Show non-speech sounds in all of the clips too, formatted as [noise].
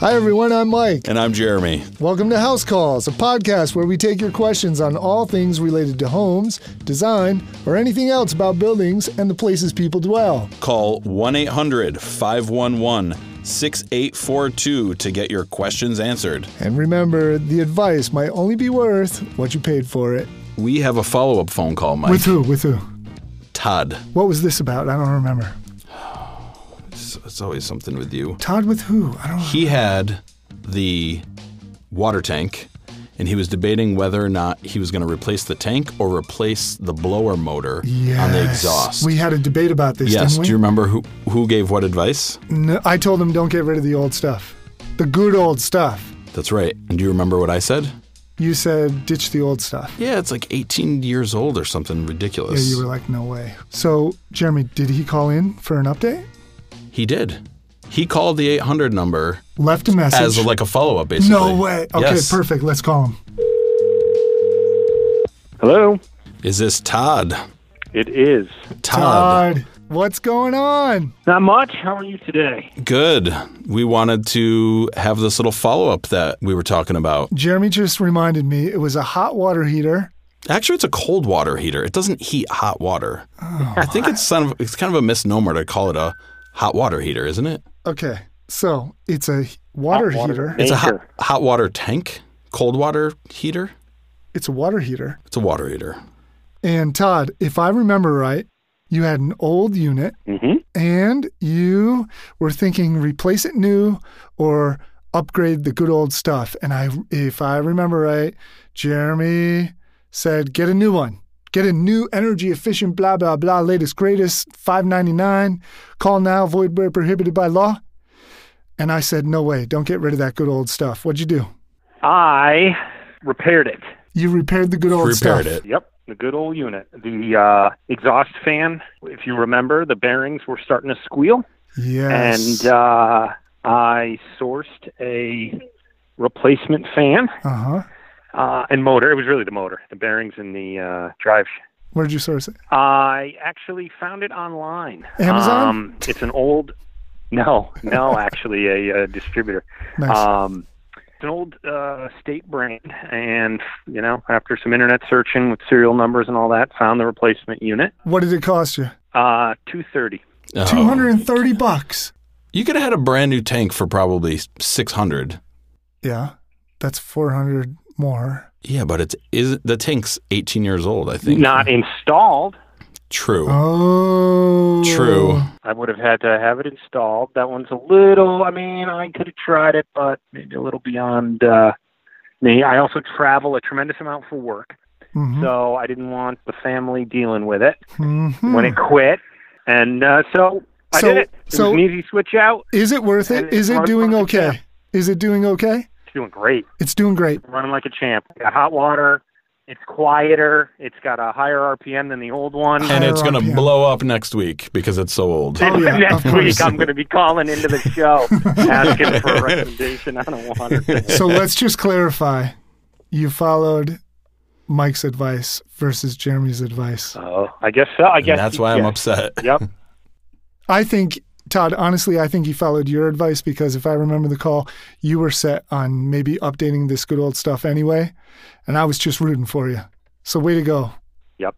Hi, everyone. I'm Mike. And I'm Jeremy. Welcome to House Calls, a podcast where we take your questions on all things related to homes, design, or anything else about buildings and the places people dwell. Call 1 800 511 6842 to get your questions answered. And remember, the advice might only be worth what you paid for it. We have a follow up phone call, Mike. With who? With who? Todd. What was this about? I don't remember. It's, it's always something with you. Todd with who? I don't He had the water tank and he was debating whether or not he was going to replace the tank or replace the blower motor Yes. on the exhaust. We had a debate about this, yes, didn't we? do you remember who who gave what advice? No, I told him don't get rid of the old stuff. The good old stuff. That's right. And do you remember what I said? You said ditch the old stuff. Yeah, it's like 18 years old or something Yeah, ridiculous. you were like, no way. So, Jeremy, did he call in for an update? He did. He called the 800 number Left a message. as like a follow up, basically. no way. Okay, Yes. perfect. Let's call him. Hello. Is this Todd? It is. Todd. Todd, what's going on? Not much. How are you today? Good. We wanted to have this little follow up that we were talking about. Jeremy just reminded me it was a hot water heater. Actually, it's a cold water heater. It doesn't heat hot water. I think it's kind of it's kind of a misnomer to call it a hot water heater, isn't it? Okay, so it's a water, heater. tank. It's a hot, Tanker. hot water tank, cold water heater. It's a water heater. It's a water heater. And Todd, if I remember right, you had an old unit and you were thinking replace it new or upgrade the good old stuff. And I if I remember right, Jeremy said get a new one. Get a new energy efficient blah blah blah latest greatest 599 call now void where prohibited by law. And I said no way, don't get rid of that good old stuff. What'd you do? I repaired it. You repaired the good old stuff. Repaired it. Yep, the good old unit. The uh, exhaust fan, if you remember, the bearings were starting to squeal, Yes. and uh, I sourced a replacement fan uh-huh. uh, and motor. It was really the motor, the bearings and the uh, drive. Where'd you source it? I actually found it online. Amazon? Um, it's an old. No, [laughs] no, actually, a, uh distributor. Nice. Um, it's an old uh, state brand, and you know, after some internet searching with serial numbers and all that, found the replacement unit. What did it cost you? Uh, two thirty. Oh. 230 bucks. You could have had a brand new tank for probably 600. Yeah. That's 400 more. Yeah, but it's is the tank's 18 years old, I think. Not installed. true. Oh. True. I would have had to have it installed. That one's a little. I mean, I could have tried it, but maybe a little beyond uh, me. I also travel a tremendous amount for work, Mhm. so I didn't want the family dealing with it Mhm. when it quit, and uh, so. I So- did it. It so- was an easy switch out. Is it worth it? And Is it's it doing hard- okay? Is it doing okay? It's doing great. It's doing great. running like a champ. Got hot water. It's quieter. It's got a higher RPM than the old one. [laughs] And it's going to RPM. blow up next week because it's so old. oh, yeah, Next of course. week, I'm going to be calling into the show [laughs] asking for a recommendation on a water [laughs] tank. So let's just clarify. You followed Mike's advice versus Jeremy's advice. Oh, I guess so. I And guess that's why I'm yeah. upset. Yep. I think, Todd, honestly, I think he followed your advice because if I remember the call, you were set on maybe updating this good old stuff anyway. And I was just rooting for you. So way to go. Yep.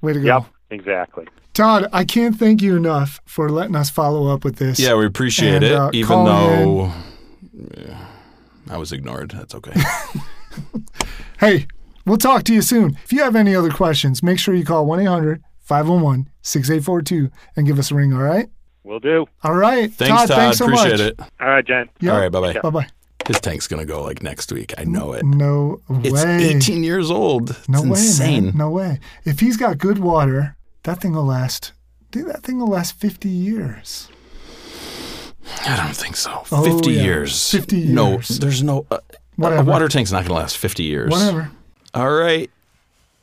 Way to go. Yep. Exactly. Todd, I can't thank you enough for letting us follow up with this. Yeah, we appreciate And, it, uh, even call though Yeah, I was ignored. [laughs] That's okay. Hey, we'll talk to you soon. If you have any other questions, make sure you call 1 800 511 6842 and give us a ring, all right? We'll do. All right. Thanks, Todd. Todd. Thanks so appreciate much. it. All right, Jen. Yeah. All right, bye bye. Bye bye. His tank's going to go like next week. I know it. No way. It's 18 years old. It's No way, insane. man. No way. If he's got good water, that thing will last. Dude, that thing will last 50 years. I don't think so. Oh, 50 yeah. years. 50 No, years. there's no. Uh, Whatever. A water tank's not going to last 50 years. Whatever. All right,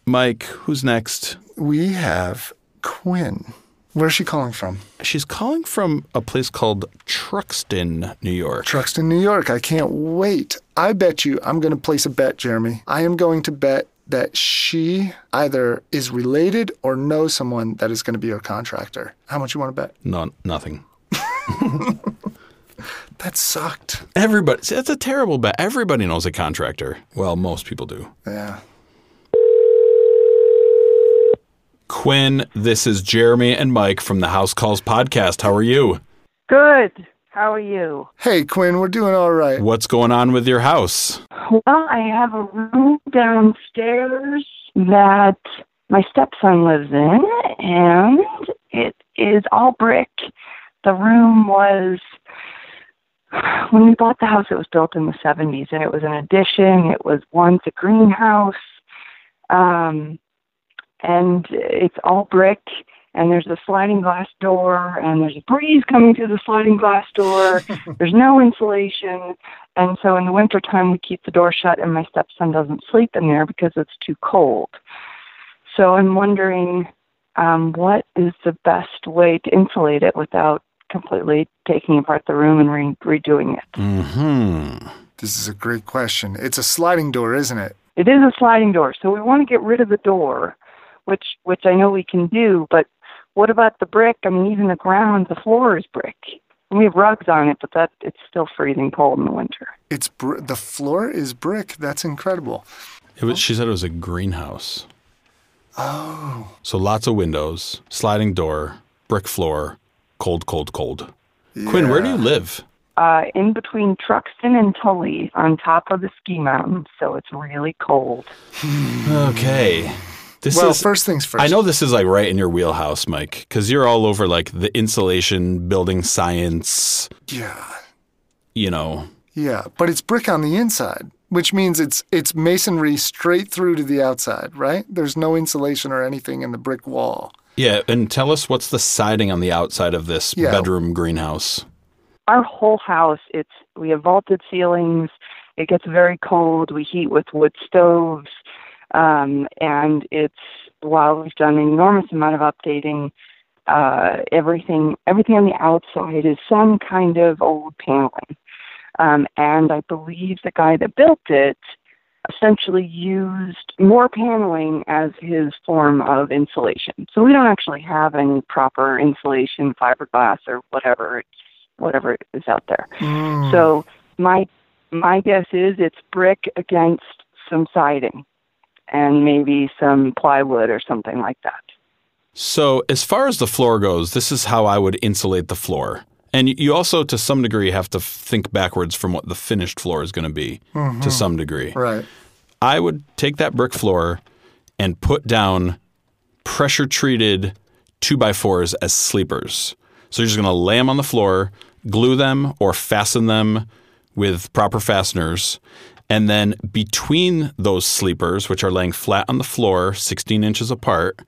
Mike, who's next? We have Quinn. Where's she calling from? She's calling from a place called Truxton, New York. Truxton, New York. I can't wait. I bet you I'm going to place a bet, Jeremy. I am going to bet that she either is related or knows someone that is going to be her contractor. How much you want to bet? no, nothing. That sucked. Everybody, see, that's a terrible bet. Everybody knows a contractor. Well, most people do. Yeah. Quinn, this is Jeremy and Mike from the House Calls podcast. How are you? Good. How are you? Hey, Quinn, we're doing all right. What's going on with your house? Well, I have a room downstairs that my stepson lives in, and it is all brick. The room was, when we bought the house, it was built in the 70s, and it was an addition. It was once a greenhouse, um, and it's all brick. And there's a sliding glass door, and there's a breeze coming through the sliding glass [laughs] door. there's no insulation. And so in the wintertime, we keep the door shut, and my stepson doesn't sleep in there because it's too cold. So I'm wondering um, what is the best way to insulate it without completely taking apart the room and re- redoing it? Mm-hmm. This is a great question. It's a sliding door, isn't it? It is a sliding door, so we want to get rid of the door, which which I know we can do. But what about the brick? I mean, even the ground, the floor is brick. We have rugs on it, but that it's still freezing cold in the winter. It's br- the floor is brick. That's incredible. It was, she said it was a greenhouse. Oh, So lots of windows, sliding door, brick floor, cold, cold, cold. Quinn, where do you live? Uh, in between Truxton and Tully, on top of the ski mountain, so it's really cold. Okay. This well, is, first things first. I know this is like right in your wheelhouse, Mike, because you're all over like the insulation, building science, Yeah, you know. yeah, but it's brick on the inside, which means it's it's masonry straight through to the outside, right? There's no insulation or anything in the brick wall. Yeah, and tell us what's the siding on the outside of this Yeah. bedroom greenhouse. our whole house it's we have vaulted ceilings it gets very cold we heat with wood stoves um, and it's while we've done an enormous amount of updating uh, everything everything on the outside is some kind of old paneling um, and i believe the guy that built it essentially used more paneling as his form of insulation so we don't actually have any proper insulation fiberglass or whatever it's whatever is out there Mm. so my my guess is it's brick against some siding and maybe some plywood or something like that. So, as far as the floor goes, this is how I would insulate the floor. And y- you also, to some degree, have to think backwards from what the finished floor is going to be to some degree. right. I would take that brick floor and put down pressure treated two by fours as sleepers. So you're just going to lay them on the floor, glue them or fasten them with proper fasteners. And then between those sleepers, which are laying flat on the floor, 16 inches apart,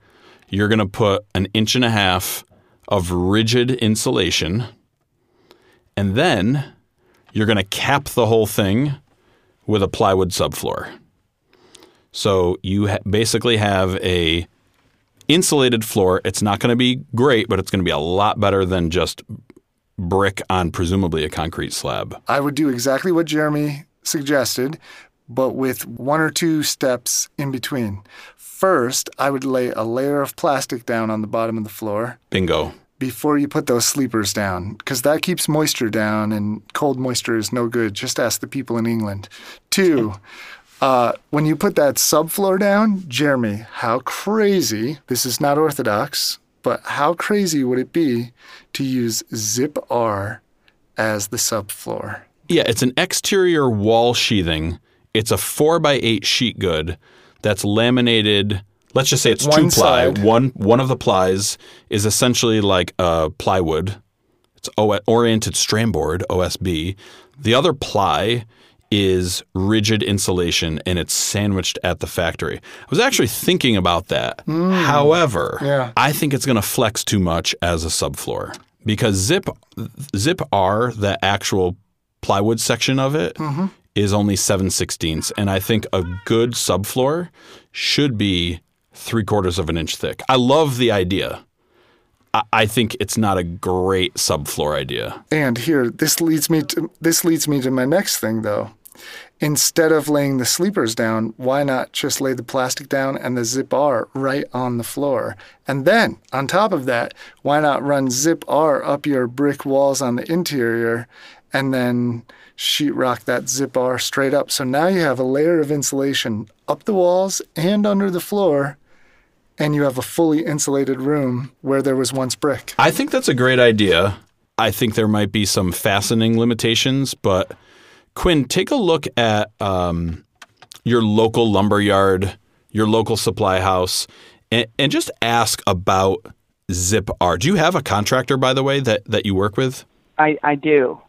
you're going to put an inch and a half of rigid insulation. And then you're going to cap the whole thing with a plywood subfloor. So you ha- basically have a insulated floor. It's not going to be great, but it's going to be a lot better than just brick on presumably a concrete slab. I would do exactly what Jeremy suggested, but with one or two steps in between. First, I would lay a layer of plastic down on the bottom of the floor Bingo. before you put those sleepers down, because that keeps moisture down, and cold moisture is no good. Just ask the people in England. Two, uh, when you put that subfloor down, Jeremy, how crazy, this is not orthodox, but how crazy would it be to use Zip R as the subfloor? Yeah, it's an exterior wall sheathing. It's a four by eight sheet good that's laminated. Let's just say it's One two ply. side. One one of the plies is essentially like a plywood. It's o- oriented strand board OSB. The other ply is rigid insulation, and it's sandwiched at the factory. I was actually thinking about that. However, Hmm. Yeah. I think it's going to flex too much as a subfloor because zip zip R, the actual plywood section of it, is only seven sixteenths, and I think a good subfloor should be three quarters of an inch thick. I love the idea. I, I think it's not a great subfloor idea. And here, this leads me to this leads me to my next thing though. Instead of laying the sleepers down, why not just lay the plastic down and the zip R right on the floor? And then on top of that, why not run zip R up your brick walls on the interior and then sheetrock that zip bar straight up. So now you have a layer of insulation up the walls and under the floor, and you have a fully insulated room where there was once brick. I think that's a great idea. I think there might be some fastening limitations, but Quinn, take a look at um, your local lumber yard, your local supply house, and, and just ask about Zip R. Do you have a contractor, by the way, that, that you work with? I, I do. I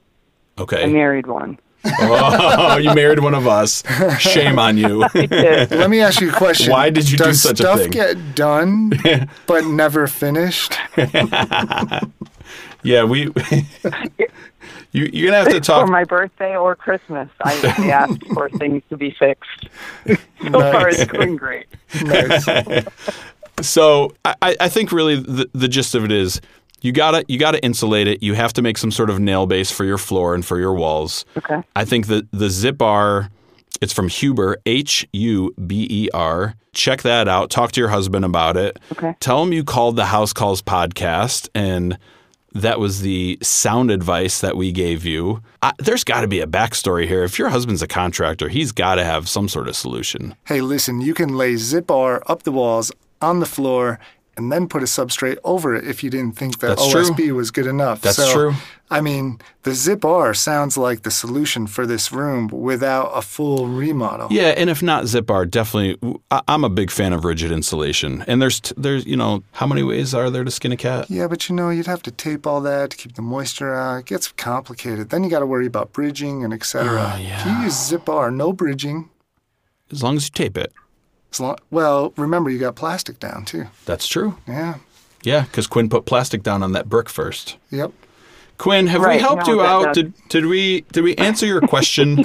Okay. married one. [laughs] Oh, you married one of us. Shame on [laughs] you. Let me ask you a question. Why did you do Does such a stuff thing? get [laughs] done but never finished? yeah, we. [laughs] you, you're gonna have to For talk. my birthday or Christmas, I I asked for things to be fixed. So far, it's going great. Nice. So I- I, I think really the, the gist of it is you gotta you gotta insulate it. You have to make some sort of nail base for your floor and for your walls. Okay. I think the the zip bar, it's from Huber, H U B E R. Check that out. Talk to your husband about it. Okay. Tell him you called the House Calls podcast and that was the sound advice that we gave you. I, there's got to be a backstory here. If your husband's a contractor, he's got to have some sort of solution. hey, listen, you can lay zip bar up the walls on the floor and then put a substrate over it if you didn't think that That's true. OSB was good enough. That's So, true. I mean, the zip R sounds like the solution for this room without a full remodel. Yeah, and if not zip bar, definitely. I, I'm a big fan of rigid insulation. And there's t- there's you know how many ways are there to skin a cat? Yeah, but you know, you'd have to tape all that to keep the moisture out. It gets complicated. Then you got to worry about bridging and et cetera. Ah, If you use zip bar, no bridging. As long as you tape it. As long, well, remember, you got plastic down too. That's true. Yeah. Yeah, because Quinn put plastic down on that brick first. Yep. Quinn, have we Right, helped no, you that- out? that- Did, did we did we answer your [laughs] question?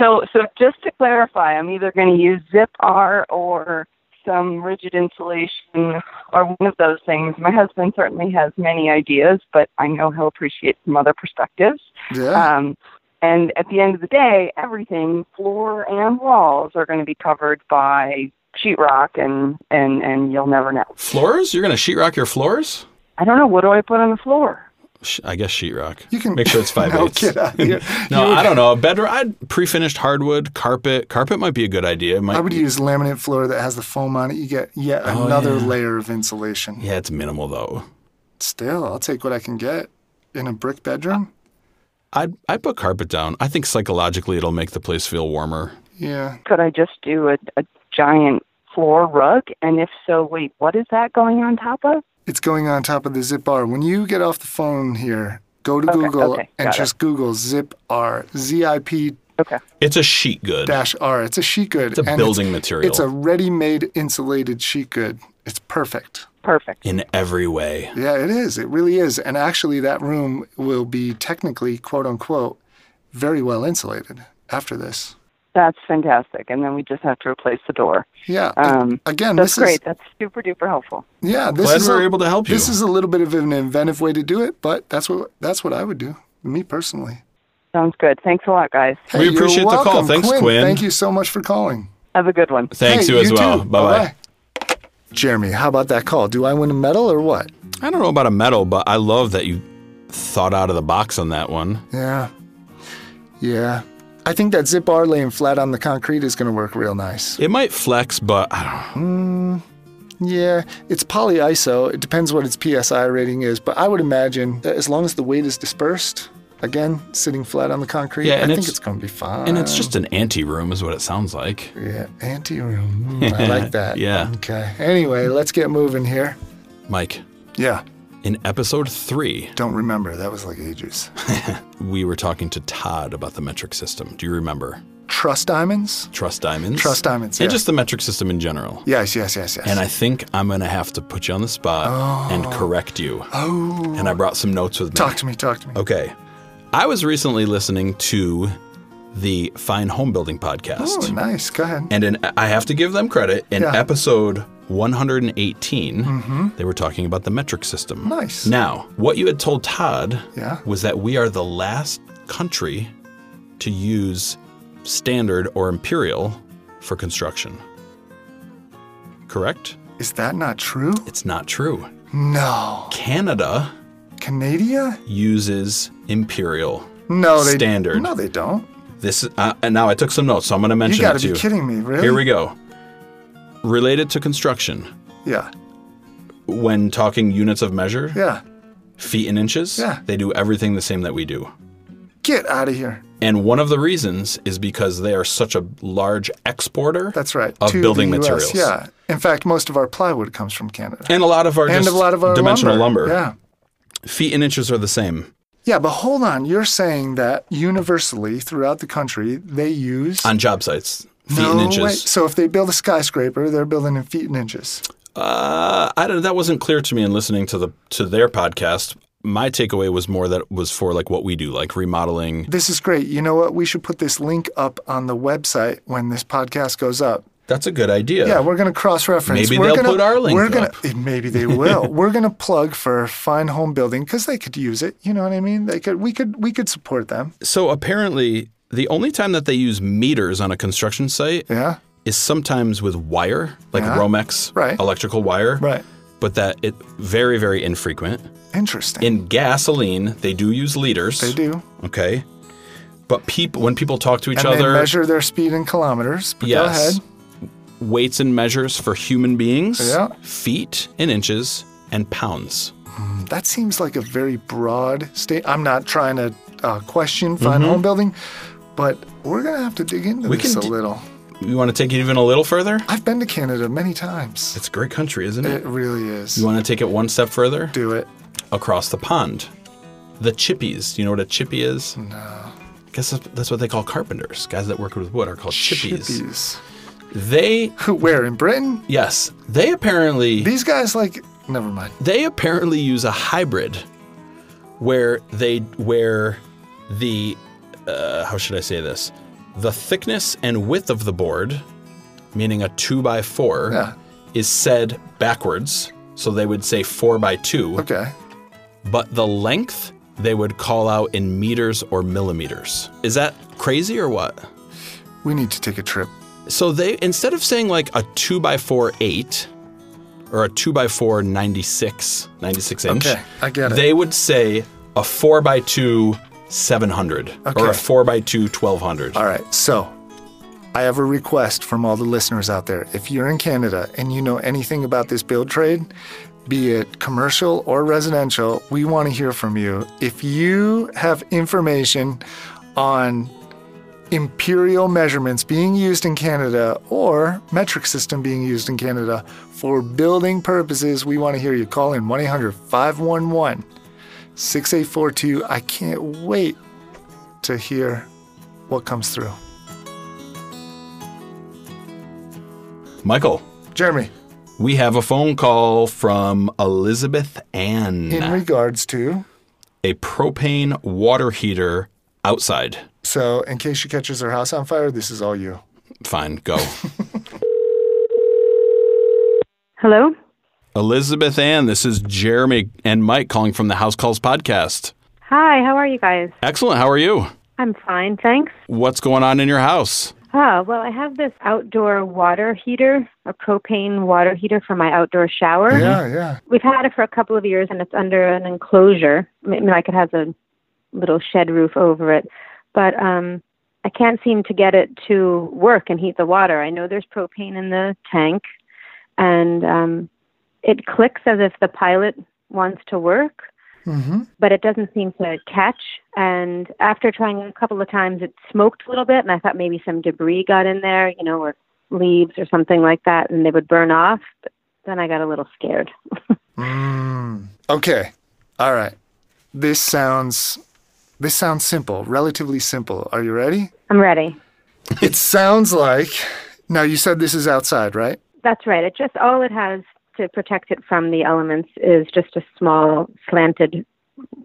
So, so just to clarify, I'm either going to use Zip R or some rigid insulation or one of those things. My husband certainly has many ideas, but I know he'll appreciate some other perspectives. Yeah. Um, and at the end of the day, everything, floor and walls, are going to be covered by sheetrock, and and and you'll never know. floors? You're gonna sheetrock your floors? I don't know. What do I put on the floor? Sh- I guess sheetrock. You can- make [laughs] sure it's five no, uh, eighths. get out of here. [laughs] no, I don't know. A bedroom. I'd pre-finished hardwood, carpet. Carpet might be a good idea. It might I would be- use laminate floor that has the foam on it. You get yet another layer of insulation. Oh, Yeah, it's minimal though. Still, I'll take what I can get in a brick bedroom. I'd I'd put carpet down. I think psychologically it'll make the place feel warmer. Yeah. Could I just do a, a giant floor rug? And if so, wait, what is that going on top of? It's going on top of the zip bar. When you get off the phone here, go to Okay, Google okay, and got it. just Google zip R, Z I P Okay. It's a sheet good. dash R. It's a sheet good. It's a and building material It's a ready made insulated sheet good. It's perfect. Perfect. in every way. Yeah, it is. It really is. And actually, that room will be technically, quote unquote, very well insulated after this. That's fantastic. And then we just have to replace the door. Yeah. Um, Again, That's this is great. That's super duper helpful. yeah. This Glad is we were a- able to help you. This is a little bit of an inventive way to do it, but that's what that's what I would do, me personally. Sounds good. Thanks a lot, guys. Hey, We you're appreciate the call. welcome, Thanks, Quinn. Thank you so much for calling. Have a good one. Thanks Hey, you as well. too. Bye bye. Bye-bye. Jeremy, how about that call? Do I win a medal or what? I don't know about a metal, but I love that you thought out of the box on that one. Yeah. Yeah. I think that zip bar laying flat on the concrete is going to work real nice. It might flex, but I don't know. Yeah, it's polyiso. It depends what its PSI rating is, but I would imagine that as long as the weight is dispersed, again, sitting flat on the concrete, Yeah, I and think it's- it's going to be fine. And it's just an ante room, is what it sounds like. Yeah, anti room. I [laughs] like that. Yeah. Okay. Anyway, let's get moving here. Mike, Yeah. in episode three, Don't remember. That was like ages. we were talking to Todd about the metric system. Do you remember? Trust diamonds? Trust diamonds. Trust diamonds. Yeah. And just the metric system in general. yes, yes, yes, yes. And I think I'm going to have to put you on the spot and correct you. oh, And I brought some notes with me. talk to me. Talk to me. Okay. I was recently listening to the Fine Home Building podcast. Oh, nice. Go ahead. And in, I have to give them credit. In Yeah. Mm-hmm. episode 118, they were talking about the metric system. Nice. Now, what you had told Todd Yeah. was that we are the last country to use standard or imperial for construction. Correct? Is that not true? It's not true. No. Canada Canada? uses Imperial. No, they Standard. No, they don't. This uh, and now I took some notes, so I'm going to You mention got it to to you. be kidding me, really? Here we go. Related to construction, Yeah, when talking units of measure, yeah. feet and inches, Yeah. they do everything the same that we do. Get out of here. And one of the reasons is because they are such a large exporter That's right. of to building the US, materials. Yeah. In fact, most of our plywood comes from Canada. And a lot of our And just a lot of our dimensional lumber. Yeah. Feet and inches are the same. Yeah, but hold on. You're saying that universally throughout the country, they use On job sites, feet no and way. inches. So if they build a skyscraper, they're building in feet and inches. Uh, I don't. That wasn't clear to me in listening to the to their podcast. My takeaway was more that it was for like what we do, like remodeling. This is great. You know what? We should put this link up on the website when this podcast goes up. That's a good idea. Yeah, we're going to cross reference. Maybe we're they'll gonna, put our link we're gonna, up. [laughs] eh, Maybe they will. we're going to plug for fine home building because they could use it. You know what I mean? They could. We could. We could support them. So apparently, the only time that they use meters on a construction site Yeah. is sometimes with wire, like Yeah. Romex Right. electrical wire. Right. But that it very very infrequent. Interesting. In gasoline, they do use liters. they do. Okay. But people, when people talk to each And other, they measure their speed in kilometers. But Go Yes. ahead. weights and measures for human beings, Yeah. feet and inches, and pounds. That seems like a very broad state. I'm not trying to uh, question fine home building, but we're gonna have to dig into Mm-hmm. We this can a d- little. You want to take it even a little further? I've been to Canada many times. It's a great country, isn't it? It really is. You want to take it one step further? Do it. Across the pond. The chippies. Do you know what a chippy is? No. Guess that's- that's what they call carpenters. Guys that work with wood are called chippies. Chippies. They, Who? Where in Britain? yes, they apparently These guys like. Never mind. they apparently use a hybrid where they where the uh, how should I say this the thickness and width of the board meaning a 2 by 4 Yeah. is said backwards so they would say 4 by 2 Okay. but the length they would call out in meters or millimeters is that crazy or what We need to take a trip. so they instead of saying like a 2 by 4 8 or a 2 by 4 96 96 inch Okay, I get it. they would say a 4 by 2 700 or Okay. a 4 by 2 1200 All right. So, I have a request from all the listeners out there. If you're in Canada and you know anything about this build trade, be it commercial or residential, we want to hear from you. If you have information on imperial measurements being used in Canada or metric system being used in Canada for building purposes, we want to hear you. Call in 1 800 511 6842. I can't wait to hear what comes through. michael Jeremy, we have a phone call from elizabeth ann in regards to, a propane water heater outside so in case she catches her house on fire, this is all you. fine go Hello? elizabeth ann this is jeremy and mike calling from the house calls podcast Hi, how are you guys? excellent how are you I'm fine, thanks. what's going on in your house Ah, well, I have this outdoor water heater, a propane water heater for my outdoor shower. Yeah, yeah. We've had it for a couple of years and it's under an enclosure. I mean, like it has a little shed roof over it. But um I can't seem to get it to work and heat the water. I know there's propane in the tank and um it clicks as if the pilot wants to work, but it doesn't seem to catch. And after trying a couple of times, it smoked a little bit, and I thought maybe some debris got in there, you know, or leaves or something like that, and they would burn off. But then I got a little scared. Okay. All right. This sounds this sounds simple, relatively simple. Are you [laughs] ready? I'm ready. it sounds like now you said this is outside, right? That's right. It just all it has to protect it from the elements is just a small slanted,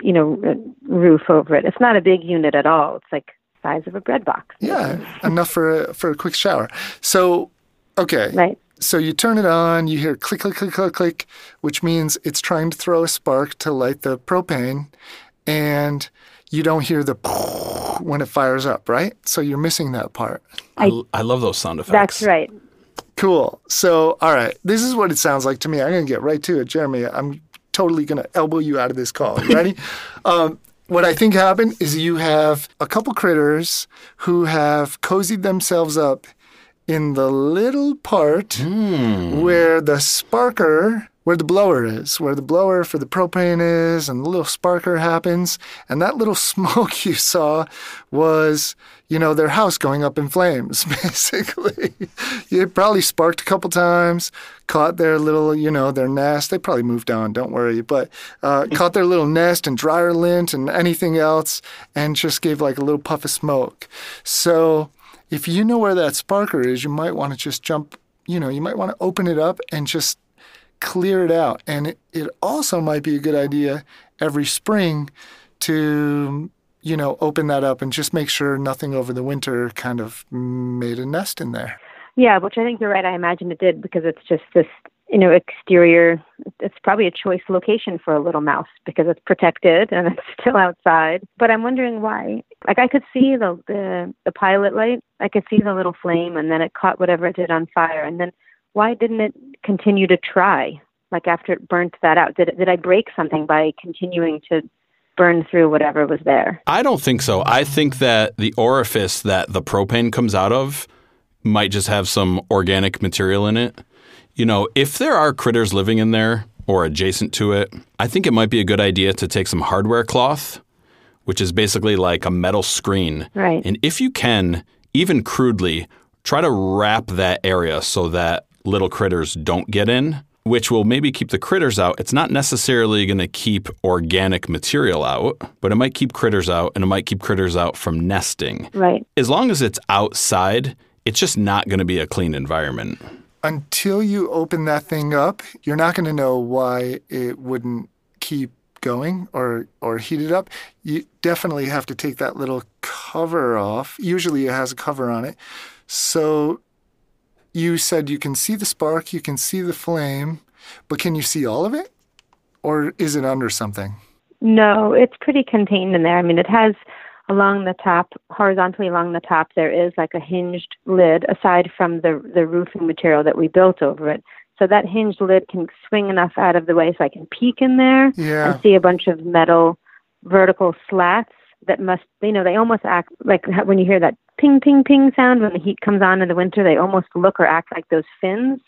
you know, r- roof over it. It's not a big unit at all. It's like size of a bread box. Yeah, enough for a, for a quick shower. So, okay. Right. So you turn it on, you hear click, click, click, click, click, which means it's trying to throw a spark to light the propane, and you don't hear the [laughs] when it fires up, right? So you're missing that part. i, I love those sound effects That's right. Cool. So, all right, this is what it sounds like to me. I'm going to get right to it, Jeremy. I'm totally going to elbow you out of this call. You ready? um, what I think happened is you have a couple critters who have cozied themselves up in the little part where the sparker, where the blower is, where the blower for the propane is, and the little sparker happens. And that little [laughs] smoke you saw was, you know, their house going up in flames, [laughs] basically. it probably sparked a couple times, caught their little, you know, their nest. They probably moved on, don't worry, but uh, caught their little nest and dryer lint and anything else, and just gave like a little puff of smoke. So, if you know where that sparker is, you might want to just jump, you know, you might want to open it up and just clear it out. And it, it also might be a good idea every spring to, you know, open that up and just make sure nothing over the winter kind of made a nest in there. Yeah, which I think you're right. I imagine it did because it's just this, you know, exterior. It's probably a choice location for a little mouse because it's protected and [laughs] it's still outside. But I'm wondering why. Like I could see the the, the pilot light. I could see the little flame, and then it caught whatever it did on fire. And then why didn't it continue to try? Like after it burnt that out, did it, did I break something by continuing to burn through whatever was there? I don't think so. I think that the orifice that the propane comes out of might just have some organic material in it. You know, if there are critters living in there or adjacent to it, I think it might be a good idea to take some hardware cloth, which is basically like a metal screen. Right. And if you can, even crudely, try to wrap that area so that little critters don't get in, which will maybe keep the critters out. It's not necessarily going to keep organic material out, but it might keep critters out and it might keep critters out from nesting. Right. As long as it's outside, it's just not going to be a clean environment. Until you open that thing up, you're not going to know why it wouldn't keep going or or heat it up. You definitely have to take that little cover off. Usually it has a cover on it. So you said you can see the spark, you can see the flame, but can you see all of it? Or is it under something? No, it's pretty contained in there. I mean, it has along the top, horizontally along the top, there is like a hinged lid aside from the, the roofing material that we built over it. So that hinged lid can swing enough out of the way so I can peek in there Yeah. and see a bunch of metal vertical slats that must, you know, they almost act like how- when you hear that ping, ping, ping sound when the heat comes on in the winter, they almost look or act like those fins.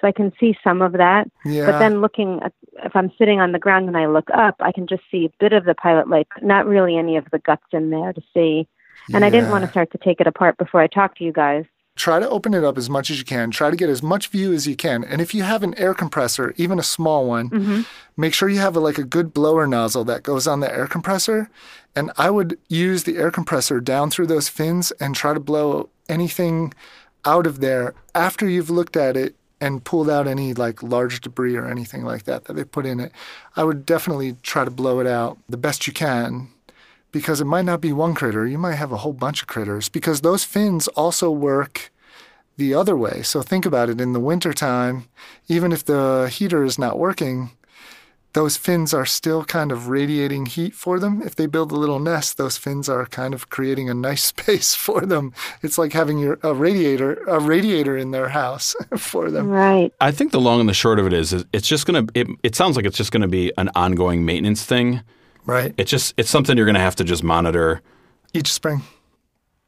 So I can see some of that. Yeah. But then looking, at, if I'm sitting on the ground and I look up, I can just see a bit of the pilot light, but not really any of the guts in there to see. And I didn't want to start to take it apart before I talked to you guys. try to open it up as much as you can. Try to get as much view as you can. And if you have an air compressor, even a small one, make sure you have a, like a good blower nozzle that goes on the air compressor. And I would use the air compressor down through those fins and try to blow anything out of there after you've looked at it and pulled out any like large debris or anything like that that they put in it. I would definitely try to blow it out the best you can because it might not be one critter. You might have a whole bunch of critters because those fins also work the other way. So think about it in the wintertime, even if the heater is not working, those fins are still kind of radiating heat for them. If they build a little nest, those fins are kind of creating a nice [laughs] space for them. It's like having your a radiator a radiator in their house [laughs] for them. Right. I think the long and the short of it is, is it's just going to, it, it sounds like it's just going to be an ongoing maintenance thing. Right. It's just, it's something you're going to have to just monitor, Each spring.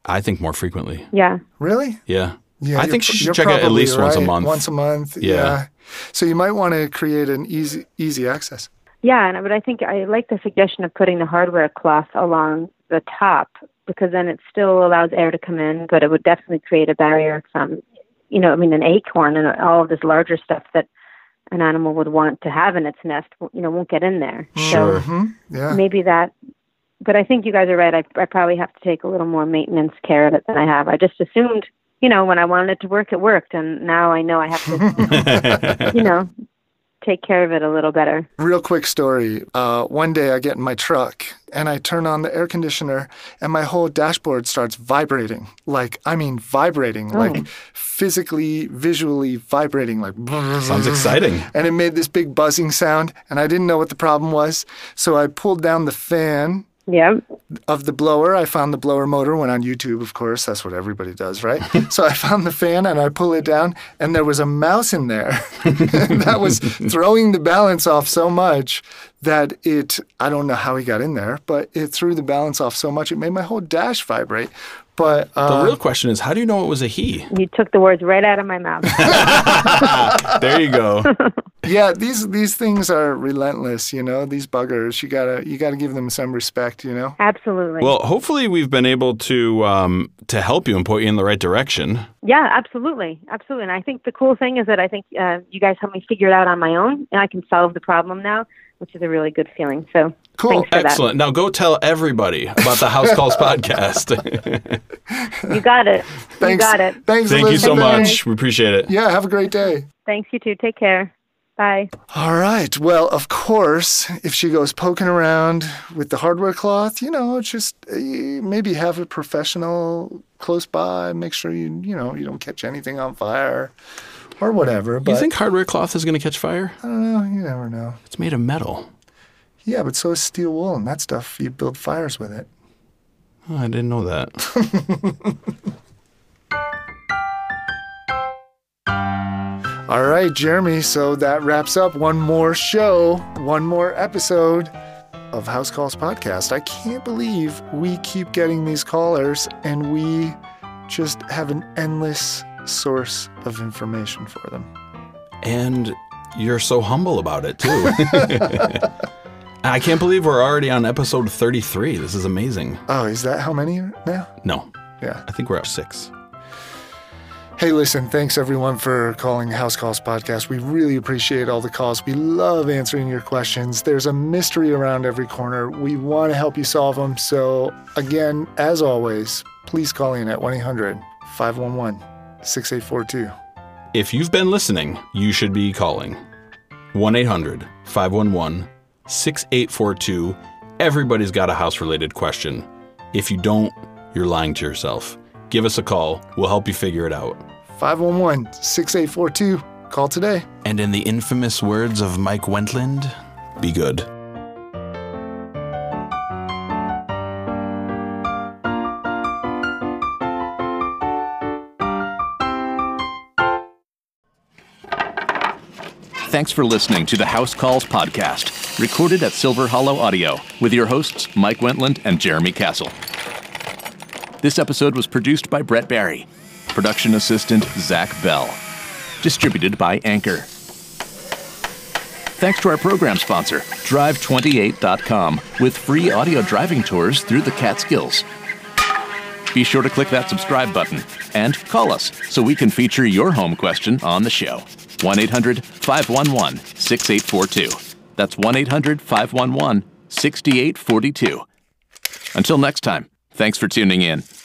I think, more frequently. Yeah. Really? Yeah. I you're think pr- she you're should check it at probably least once a right. month. Once a month. Yeah. Yeah. So you might want to create an easy easy access. Yeah. And I- but I think I like the suggestion of putting the hardware cloth along the top because then it still allows air to come in, but it would definitely create a barrier from, you know, I mean, an acorn and all of this larger stuff that an animal would want to have in its nest, you know, won't get in there. So [laughs] Yeah. maybe that but i think you guys are right I, I probably have to take a little more maintenance care of it than i have i just assumed you know when i wanted it to work it worked and now i know i have to you know take care of it a little better Real quick story. Uh, one day I get in my truck and I turn on the air conditioner and my whole dashboard starts vibrating. Like, I mean, vibrating, like physically, visually vibrating, like. [laughs] Sounds exciting. and it made this big buzzing sound and I didn't know what the problem was. So I pulled down the fan Yep. of the blower. I found the blower motor, went on YouTube, of course. That's what everybody does, [laughs] right? so I found the fan and I pull it down, and there was a mouse in there [laughs] that [laughs] was throwing the balance off so much that it, I don't know how he got in there, but it threw the balance off so much it made my whole dash vibrate. But The uh, real question is, how do you know it was a he? You took the words right out of my mouth. There you go. yeah, these these things are relentless, you know. These buggers, you gotta you gotta give them some respect, you know. absolutely. [laughs] Well, hopefully we've been able to um, to help you and put you in the right direction. yeah, absolutely. Absolutely. And I think the cool thing is that I think uh, you guys helped me figure it out on my own, and I can solve the problem now, which is a really good feeling. So Cool. thanks for Excellent. Now go tell everybody about the House [laughs] Calls podcast. [laughs] that. You got it. You Thanks. got it. Thanks, Thank you so Elizabeth. much. We appreciate it. Yeah, have a great day. Thanks, you too. Take care. Bye. All right. Well, of course, if she goes poking around with the hardware cloth, you know, just uh, maybe have a professional close by, make sure you, you know, you don't catch anything on fire or whatever. But You think hardware cloth is going to catch fire? I don't know. You never know. It's made of metal. Yeah, but so is steel wool and that stuff. You build fires with it. Oh, I didn't know that. All right, Jeremy. So that wraps up one more show, one more episode of House Calls Podcast. I can't believe we keep getting these callers and we just have an endless source of information for them. And you're so humble about it [laughs] too. I can't believe we're already on episode 33. This is amazing. Oh, is that how many now? No, Yeah. I think we're up six. Hey, listen, thanks everyone for calling House Calls Podcast. We really appreciate all the calls. We love answering your questions. There's a mystery around every corner. We want to help you solve them. So, again, as always, please call in at 1 800 511 6842. If you've been listening, you should be calling 1 800 511 6842. Everybody's got a house related question. If you don't, you're lying to yourself. Give us a call, we'll help you figure it out. 511 6842. Call today. And in the infamous words of Mike Wentland, be good. Thanks for listening to the House Calls podcast, recorded at Silver Hollow Audio with your hosts Mike Wentland and Jeremy Castle. This episode was produced by Brett Barry, production assistant Zach Bell, distributed by Anchor. Thanks to our program sponsor, Drive28.com, with free audio driving tours through the Catskills. Be sure to click that subscribe button and call us so we can feature your home question on the show. 1 800 511 6842. That's 1 800 511 6842. Until next time, thanks for tuning in.